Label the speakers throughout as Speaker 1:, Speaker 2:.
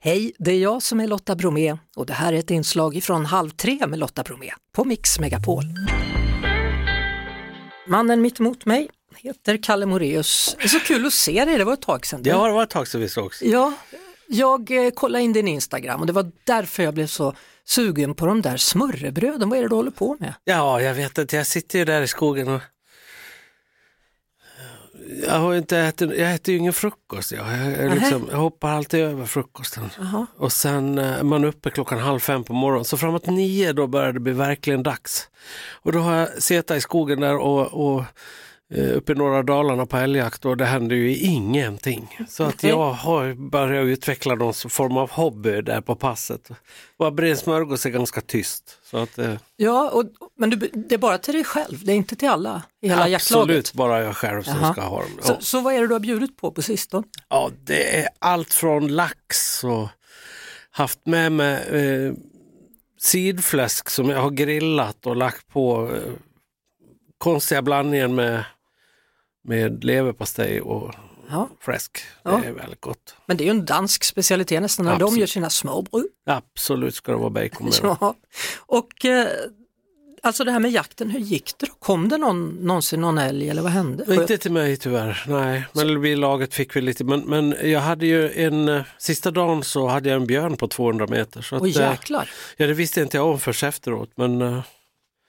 Speaker 1: Hej, det är jag som är Lotta Bromé och det här är ett inslag från Halv tre med Lotta Bromé på Mix Megapol. Mannen mitt emot mig heter Kalle Moreus. Det är så kul att se dig, liksom. det var ett tag sedan.
Speaker 2: Det har varit ett tag sedan vi sågs.
Speaker 1: Ja, jag eh, kollade in din Instagram och det var därför jag blev så sugen på de där smörrebröden. Vad är det du håller på med?
Speaker 2: Ja, jag vet inte. Jag sitter ju där i skogen och jag har ju inte ätit, jag äter ju ingen frukost. Jag, jag, jag,
Speaker 1: Nej.
Speaker 2: liksom, jag hoppar alltid över frukosten. Och sen eh, är man uppe klockan halv fem på morgonen. Så framåt nio då börjar det bli verkligen dags. Och då har jag suttit i skogen där och, och eh, uppe i norra Dalarna på älgjakt och det händer ju ingenting. Så att
Speaker 1: Nej.
Speaker 2: jag har börjat utveckla någon form av hobby där på passet. Och jag brer smörgås är ganska tyst. Så att, eh,
Speaker 1: Ja, och, men du, det är bara till dig själv, det är inte till alla i hela jaktlaget.
Speaker 2: Absolut, bara jag själv som
Speaker 1: Jaha.
Speaker 2: ska ha dem.
Speaker 1: Så, så vad är det du har bjudit på på sistone?
Speaker 2: Ja, det är allt från lax och haft med mig eh, sidfläsk som jag har grillat och lagt på eh, konstiga blandningar med, med leverpastej och
Speaker 1: Ja,
Speaker 2: fläsk.
Speaker 1: Ja.
Speaker 2: Det är väldigt gott.
Speaker 1: men det är ju en dansk specialitet nästan när de
Speaker 2: Absolut.
Speaker 1: gör sina smörbröd.
Speaker 2: Absolut ska det vara bacon med dem.
Speaker 1: Ja. Och eh, alltså det här med jakten, hur gick det då? Kom det någon, någonsin någon älg eller vad hände?
Speaker 2: Men Inte till mig tyvärr, nej. Men vi i laget fick vi lite, men, men jag hade ju en, eh, sista dagen så hade jag en björn på 200 meter. Så
Speaker 1: Och
Speaker 2: att, eh,
Speaker 1: jäklar.
Speaker 2: ja, det visste inte jag om förrän efteråt, men eh,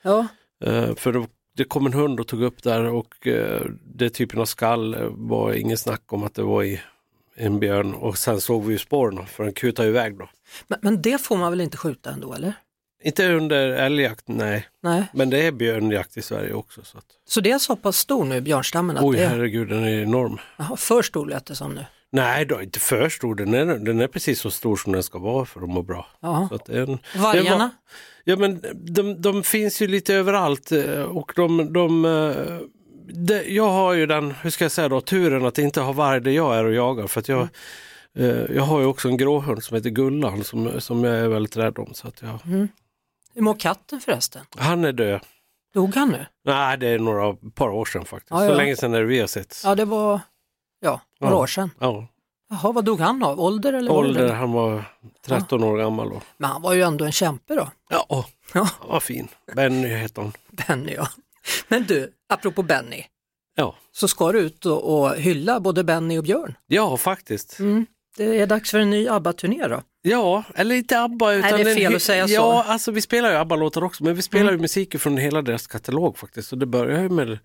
Speaker 1: Ja.
Speaker 2: Eh, För då, det kom en hund och tog upp där och eh, det typen av skall eh, var ingen snack om att det var i en björn och sen såg vi ju spåren för den kutade iväg då.
Speaker 1: Men, men det får man väl inte skjuta ändå eller?
Speaker 2: Inte under älgjakt, nej,
Speaker 1: Nej.
Speaker 2: men det är björnjakt i Sverige också. Så att,
Speaker 1: Så det är så pass stor nu, björnstammen? Att
Speaker 2: oj,
Speaker 1: det är,
Speaker 2: herregud, den är enorm.
Speaker 1: Jaha, för stor lät det som nu.
Speaker 2: Nej, då, inte för stor, den är, den är precis så stor som den ska vara för att må bra.
Speaker 1: Jaha.
Speaker 2: Så att det är en, Det var-
Speaker 1: Vargarna?
Speaker 2: Ja men de, de finns ju lite överallt eh, och de, de, eh, det- jag har ju den, hur ska jag säga då, turen att inte ha varg där jag är och jagar för att jag, eh, jag har ju också en gråhund som heter Gullan som, som jag är väldigt rädd om. Så att jag,
Speaker 1: Hur mår katten förresten?
Speaker 2: Han är död.
Speaker 1: Dog han nu?
Speaker 2: Nej, det är några par år sedan faktiskt.
Speaker 1: Ja, ja.
Speaker 2: Så länge sedan är det vi har sett. Ja.
Speaker 1: Ja, det var ja, några
Speaker 2: Ja.
Speaker 1: år sedan. Jaha, vad dog han av? Ålder eller
Speaker 2: Ålder, han var 13 år gammal då.
Speaker 1: Men han var ju ändå en kämpe då,
Speaker 2: Ja, åh,
Speaker 1: Ja.
Speaker 2: vad fin. Benny heter hon.
Speaker 1: Benny ja. Men du, apropå Benny,
Speaker 2: Ja,
Speaker 1: så ska du ut och, och hylla både Benny och Björn.
Speaker 2: ja faktiskt.
Speaker 1: Mm. Det är dags för en ny ABBA-turné då.
Speaker 2: Ja, eller inte ABBA. Utan
Speaker 1: det är
Speaker 2: en
Speaker 1: fel
Speaker 2: hy-
Speaker 1: att säga så. Mm.
Speaker 2: ja, Alltså, vi spelar ju ABBA-låtar också, men vi spelar ju musik från hela deras katalog faktiskt. Och det börjar ju med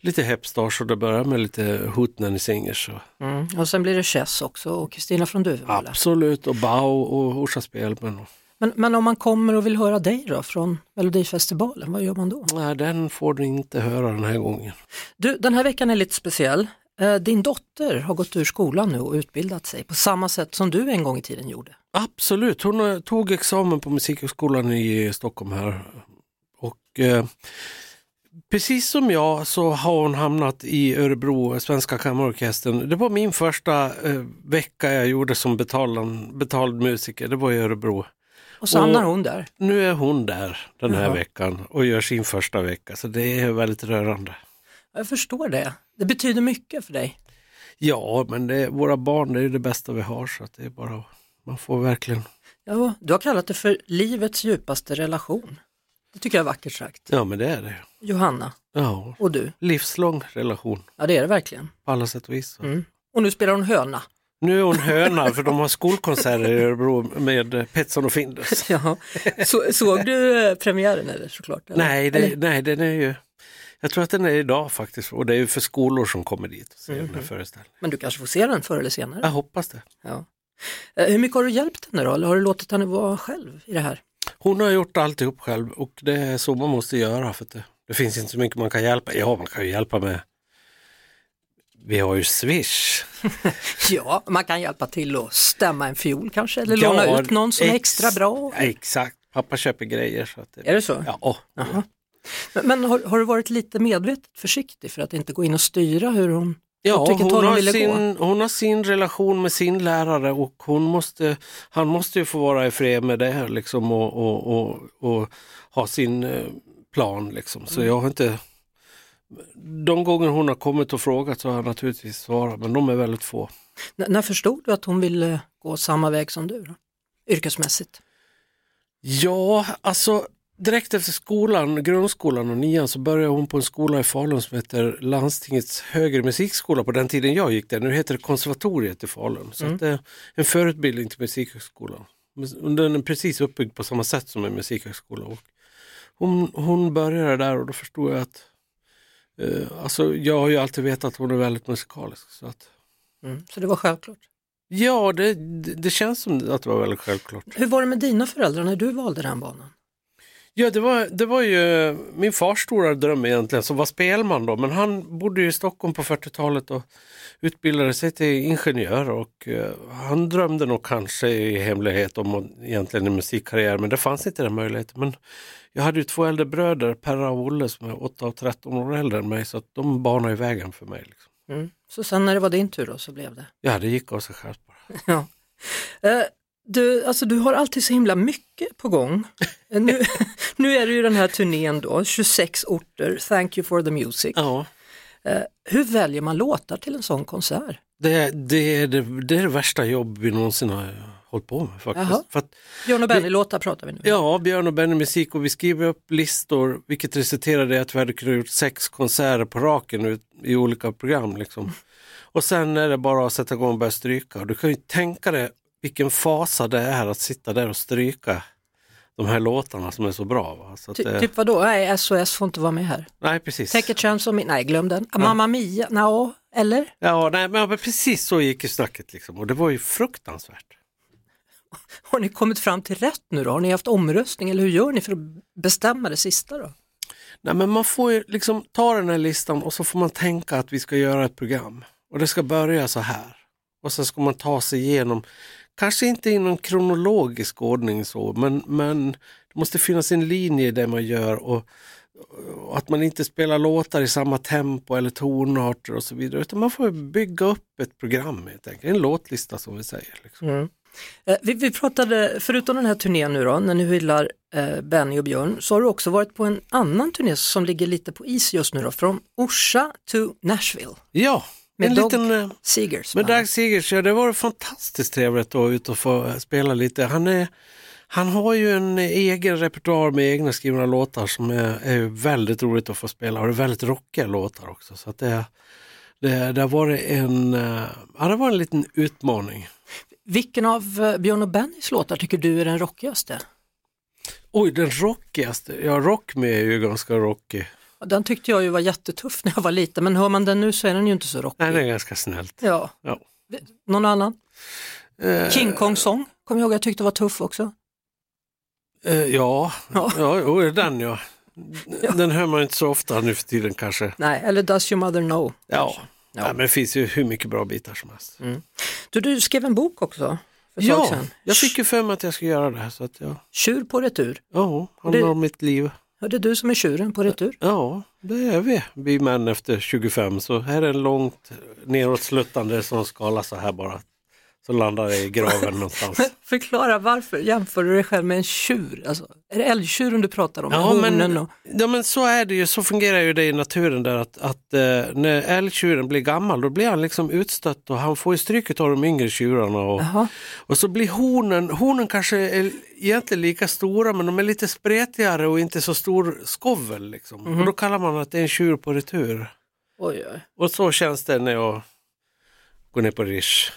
Speaker 2: lite Hepstars och det börjar med lite Hootenanny Singers. Och,
Speaker 1: Och sen blir det Chess också och Kristina från Duvemåla.
Speaker 2: absolut, och Bau och Orsa Spelman. Och,
Speaker 1: Men, men om man kommer och vill höra dig då från Melodifestivalen, vad gör man då?
Speaker 2: nej, den får du inte höra den här gången.
Speaker 1: Du, den här veckan är lite speciell. Eh, Din dotter har gått ur skolan nu och utbildat sig på samma sätt som du en gång i tiden gjorde.
Speaker 2: Absolut, hon eh, tog examen på Musikhögskolan i Stockholm här. Och eh, precis som jag så har hon hamnat i Örebro, Svenska Kammarorkestern. Det var min första eh, vecka jag gjorde som betald, betald musiker, det var i Örebro.
Speaker 1: Och så
Speaker 2: Och-
Speaker 1: hamnar hon där.
Speaker 2: Nu är hon där den här
Speaker 1: Jaha.
Speaker 2: veckan och gör sin första vecka, så det är väldigt rörande.
Speaker 1: Jag förstår det. Det betyder mycket för dig.
Speaker 2: Ja, men det, våra barn det är det bästa vi har, så att det är bara, man får verkligen
Speaker 1: Ja, du har kallat det för livets djupaste relation. Det tycker jag är vackert sagt.
Speaker 2: Ja, men det är det.
Speaker 1: Johanna
Speaker 2: Ja,
Speaker 1: och du.
Speaker 2: livslång relation
Speaker 1: Ja, det är det verkligen.
Speaker 2: på alla sätt och vis.
Speaker 1: Och nu spelar hon höna.
Speaker 2: Nu är hon höna för de har skolkonserter i Örebro med eh, Petson och Findus.
Speaker 1: Ja. Så, såg du eh, premiären eller såklart? Eller?
Speaker 2: Nej, det, nej, den är ju... Jag tror att den är idag faktiskt och det är ju för skolor som kommer dit och ser
Speaker 1: Mhm.
Speaker 2: den här föreställningen.
Speaker 1: Men du kanske får se den förr eller senare.
Speaker 2: Jag hoppas det.
Speaker 1: Ja. Eh, Hur mycket har du hjälpt henne då? Eller har du låtit henne vara själv i det här?
Speaker 2: Hon har gjort alltihop själv och det är så man måste göra för att det, det finns inte så mycket man kan hjälpa. Ja, man kan ju hjälpa med... Vi har ju Swish.
Speaker 1: Ja, man kan hjälpa till att stämma en fiol kanske eller
Speaker 2: Ja,
Speaker 1: låna ut någon som är
Speaker 2: ex-
Speaker 1: extra bra.
Speaker 2: Exakt, pappa köper grejer. Så att det,
Speaker 1: Är det så?
Speaker 2: ja, åh.
Speaker 1: Men, men har, har du varit lite medvetet försiktig för att inte gå in och styra hur hon
Speaker 2: Ja,
Speaker 1: åt vilket
Speaker 2: hon,
Speaker 1: håll hon
Speaker 2: har
Speaker 1: ville gå?
Speaker 2: sin, hon har sin relation med sin lärare och hon måste, han måste ju få vara i fred med det här liksom och, och, och, och ha sin eh, plan. Liksom. Så
Speaker 1: Mm.
Speaker 2: jag har inte... De gånger hon har kommit och frågat så har jag naturligtvis svarat, men de är väldigt få.
Speaker 1: N- när förstod du att hon ville gå samma väg som du då? yrkesmässigt?
Speaker 2: Ja, alltså direkt efter skolan, grundskolan och nian så började hon på en skola i Falun som heter Landstingets högre musikskola på den tiden jag gick där. Nu heter det konservatoriet i Falun. Så
Speaker 1: Mm.
Speaker 2: att det är en förutbildning till musikhögskolan. Men Den är precis uppbyggd på samma sätt som en musikhögskola. Och hon, hon började där och då förstod jag att eh, Alltså jag har ju alltid vetat att hon är väldigt musikalisk. Så att,
Speaker 1: Mm. Så det var självklart.
Speaker 2: ja, det, det det känns som att det var väldigt självklart.
Speaker 1: Hur var det med dina föräldrar när du valde den banan?
Speaker 2: Ja, det var, det var ju min fars stora dröm egentligen, som var spelman då, men han bodde ju i Stockholm på 40-talet och utbildade sig till ingenjör och eh, han drömde nog kanske i hemlighet om att- egentligen en musikkarriär, men det fanns inte den möjligheten. Men jag hade ju två äldre bröder, Perra och Olle, som är 8 och 13 år äldre än mig, så att de banade ju vägen för mig. Liksom.
Speaker 1: Mm. Så sen när det var din tur då så blev det.
Speaker 2: Ja, det gick av sig självt bara.
Speaker 1: Eh, Du, alltså, du har alltid så himla mycket på gång. Eh, Nu, nu är det ju den här turnén då, 26 orter, Thank you for the music.
Speaker 2: Ja.
Speaker 1: Hur väljer man låtar till en sån konsert?
Speaker 2: Det, det, är det, det är det värsta jobb vi någonsin har hållit på med faktiskt.
Speaker 1: Jaha.
Speaker 2: För att
Speaker 1: Björn och Benny-låtar pratar vi nu om.
Speaker 2: Ja, Björn och Benny Musik och vi skriver upp listor vilket resulterade i att vi hade kunnat gjort sex konserter på raken ut- i olika program. Liksom. Och sen är det bara att sätta igång och börja stryka. Och du kan ju tänka dig vilken fasa det är att sitta där och stryka de här låtarna som är så bra. Va? Så att
Speaker 1: Ty,
Speaker 2: det,
Speaker 1: Typ vadå, nej SOS får inte vara med här.
Speaker 2: nej, precis.
Speaker 1: Take a chance on me, nej glöm den. Mamma Mia, no, eller?
Speaker 2: Ja, nej, men precis så gick ju snacket liksom. och det var ju fruktansvärt.
Speaker 1: Har ni kommit fram till rätt nu då? Har ni haft omröstning eller hur gör ni för att bestämma det sista då?
Speaker 2: Nej, men man får ju liksom ta den här listan och så får man tänka att vi ska göra ett program. Och det ska börja så här. Och sen ska man ta sig igenom, kanske inte i någon kronologisk ordning så, men, men det måste finnas en linje i det man gör och, och att man inte spelar låtar i samma tempo eller tonarter och så vidare. Utan man får ju bygga upp ett program helt enkelt, en låtlista som vi säger. Liksom.
Speaker 1: Eh, Vi, vi pratade, förutom den här turnén nu då, när ni hyllar eh, Benny och Björn, så har du också varit på en annan turné som ligger lite på is just nu då, från Orsa to Nashville,
Speaker 2: Ja,
Speaker 1: Med
Speaker 2: en
Speaker 1: Dog-
Speaker 2: liten... eh,
Speaker 1: Seegers.
Speaker 2: Men
Speaker 1: band.
Speaker 2: Dag Sigurds, ja, det var fantastiskt trevligt att ut och få spela lite. Han, är, han har ju en egen repertoar med egna skrivna låtar som är, är väldigt roligt att få spela och det är väldigt rockiga låtar också. Så att det, det, det, var en, eh, ja, det var en liten utmaning.
Speaker 1: Vilken av eh, Björn och Bennys låtar tycker du är den rockigaste?
Speaker 2: Oj, den rockigaste, ja Rock Me är ju ganska rockig.
Speaker 1: Ja, Den tyckte jag ju var jättetuff när jag var liten, men hör man den nu så är den ju inte så rockig.
Speaker 2: Nej, den är ganska snällt.
Speaker 1: Ja.
Speaker 2: Ja.
Speaker 1: Någon annan?
Speaker 2: Eh,
Speaker 1: King Kong-sång, kommer jag ihåg, jag tyckte var tuff också.
Speaker 2: eh, ja,
Speaker 1: Ja.
Speaker 2: ja. ja jo, den ja. Den hör man inte så ofta nu för tiden kanske.
Speaker 1: Nej, eller Does Your Mother Know?
Speaker 2: Ja,
Speaker 1: kanske. Ja.
Speaker 2: ja. men det finns ju hur mycket bra bitar som helst.
Speaker 1: Du, du skrev en bok också för ett tag
Speaker 2: Ja,
Speaker 1: sedan.
Speaker 2: jag fick ju för mig att jag ska göra det här så att jag,
Speaker 1: Tjur på retur.
Speaker 2: ja, handlar
Speaker 1: Det-
Speaker 2: om mitt liv.
Speaker 1: Ja, det är du som är tjuren på retur.
Speaker 2: Ja, det är vi, vi män efter 25 så här är en långt nedåtsluttande som skala så här bara. Så landar jag i graven någonstans.
Speaker 1: Förklara varför jämför du dig själv med en tjur? Alltså, är det älgtjuren du pratar om? Ja, men... och...
Speaker 2: ja men så är det ju, så fungerar ju det i naturen där att, att eh, när älgtjuren blir gammal då blir han liksom utstött och han får ju stryket av de yngre tjurarna. Och,
Speaker 1: Jaha.
Speaker 2: Och så blir hornen, hornen kanske är egentligen lika stora men de är lite spretigare och inte så stor skovel. Liksom. Och
Speaker 1: Mhm.
Speaker 2: då kallar man att det är en tjur på retur.
Speaker 1: Oj, oj.
Speaker 2: Och så känns det när jag går ner på Rish.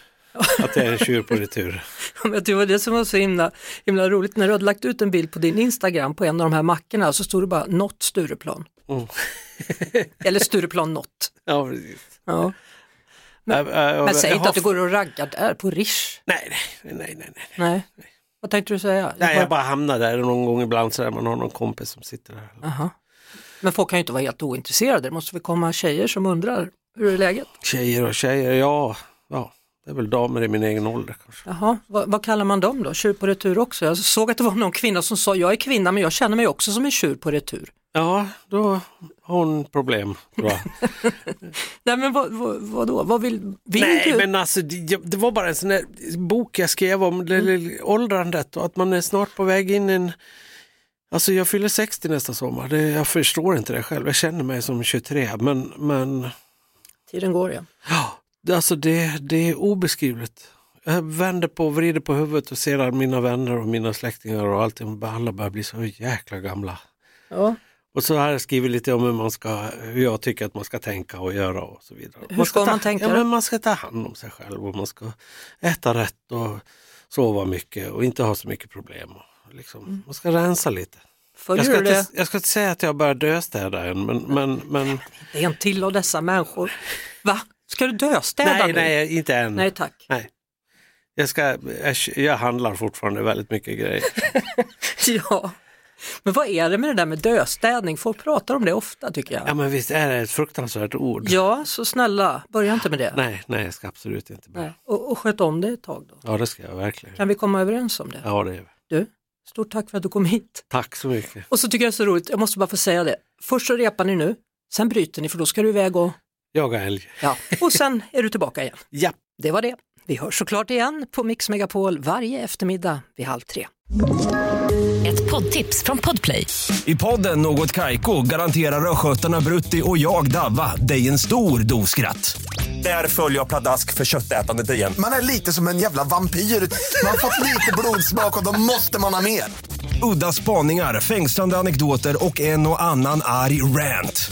Speaker 2: Att jag är en tjur på retur.
Speaker 1: Men Jag tyckte det var det som var så himla, himla roligt. När du hade lagt ut en bild på din Instagram på en av de här mackorna så stod det bara något Stureplan.
Speaker 2: Mm.
Speaker 1: Eller Stureplan något.
Speaker 2: Ja, precis. Äh,
Speaker 1: Ja.
Speaker 2: Men,
Speaker 1: Men säg inte att du går och raggar där på Rish.
Speaker 2: Nej, nej, nej. nej, nej.
Speaker 1: Nej. Vad tänkte du säga?
Speaker 2: nej jag bara hamnar där någon gång ibland så där man har någon kompis som sitter där.
Speaker 1: Aha. Men folk kan ju inte vara helt ointresserade, det måste väl komma tjejer som undrar hur är läget?
Speaker 2: Tjejer och tjejer, ja. ja. Det är väl damer i min egen ålder kanske.
Speaker 1: Jaha, vad, vad kallar man dem då? Tjur på retur också? Jag såg att det var någon kvinna som sa, jag är kvinna men jag känner mig också som en tjur på retur.
Speaker 2: Ja, då har hon problem tror jag.
Speaker 1: Nej men vad, vad, vad då? Vad vill, vill
Speaker 2: Nej
Speaker 1: du?
Speaker 2: men alltså det, jag- det var bara en sån där bok jag skrev om det, det, åldrandet och att man är snart på väg in i en Alltså jag fyller 60 nästa sommar, det, jag förstår inte det själv, jag känner mig som 23 men, men
Speaker 1: Tiden går ja.
Speaker 2: ja, det- alltså det, det är obeskrivligt Jag vänder på och vrider på huvudet och ser att mina vänner och mina släktingar och allting, alla börjar bli så jäkla gamla.
Speaker 1: Ja.
Speaker 2: Och så har jag skrivit lite om hur, man ska, hur jag tycker att man ska tänka och göra och så vidare.
Speaker 1: Hur ska
Speaker 2: ta,
Speaker 1: man tänka
Speaker 2: Ja,
Speaker 1: då?
Speaker 2: men man ska ta hand om sig själv och man ska äta rätt och sova mycket och inte ha så mycket problem. och Liksom.
Speaker 1: Mm.
Speaker 2: Man ska rensa lite. Jag
Speaker 1: Följer
Speaker 2: ska,
Speaker 1: du det?
Speaker 2: inte, jag ska inte säga att jag börjar döstäda än men, men, men
Speaker 1: Det är en till av dessa människor. Va? Ska du döstäda
Speaker 2: nej,
Speaker 1: nu?
Speaker 2: nej, inte än.
Speaker 1: nej tack.
Speaker 2: Jag, ska, jag, jag handlar fortfarande väldigt mycket grejer.
Speaker 1: Ja. Men vad är det med det där med döstädning? Folk pratar om det ofta tycker
Speaker 2: Ja
Speaker 1: jag.
Speaker 2: men visst är det ett fruktansvärt ord?
Speaker 1: Ja, så snälla, börja inte med det.
Speaker 2: Nej, nej jag ska absolut inte börja.
Speaker 1: Nej. Och, och sköt om det ett tag då.
Speaker 2: Ja det ska jag verkligen.
Speaker 1: Kan vi komma överens om det?
Speaker 2: Ja, det är...
Speaker 1: Du, stort tack för att du kom hit.
Speaker 2: Tack så mycket.
Speaker 1: Och så tycker jag det är så roligt, jag måste bara få säga det. Först så repar ni nu, sen bryter ni för då ska du iväg och,
Speaker 2: Jaga älg.
Speaker 1: ja. och sen är du tillbaka igen.
Speaker 2: Ja.
Speaker 1: Det var det. Vi hörs såklart igen på Mix Megapol varje eftermiddag vid halv tre.
Speaker 3: Ett poddtips från Podplay.
Speaker 4: I podden Något Kaiko garanterar östgötarna Brutti och jag, Davva, dig en stor dos skratt. Där följer jag pladask för köttätandet igen.
Speaker 5: Man är lite som en jävla vampyr. Man har fått lite blodsmak och då måste man ha mer.
Speaker 4: Udda spaningar, fängslande anekdoter och en och annan arg rant.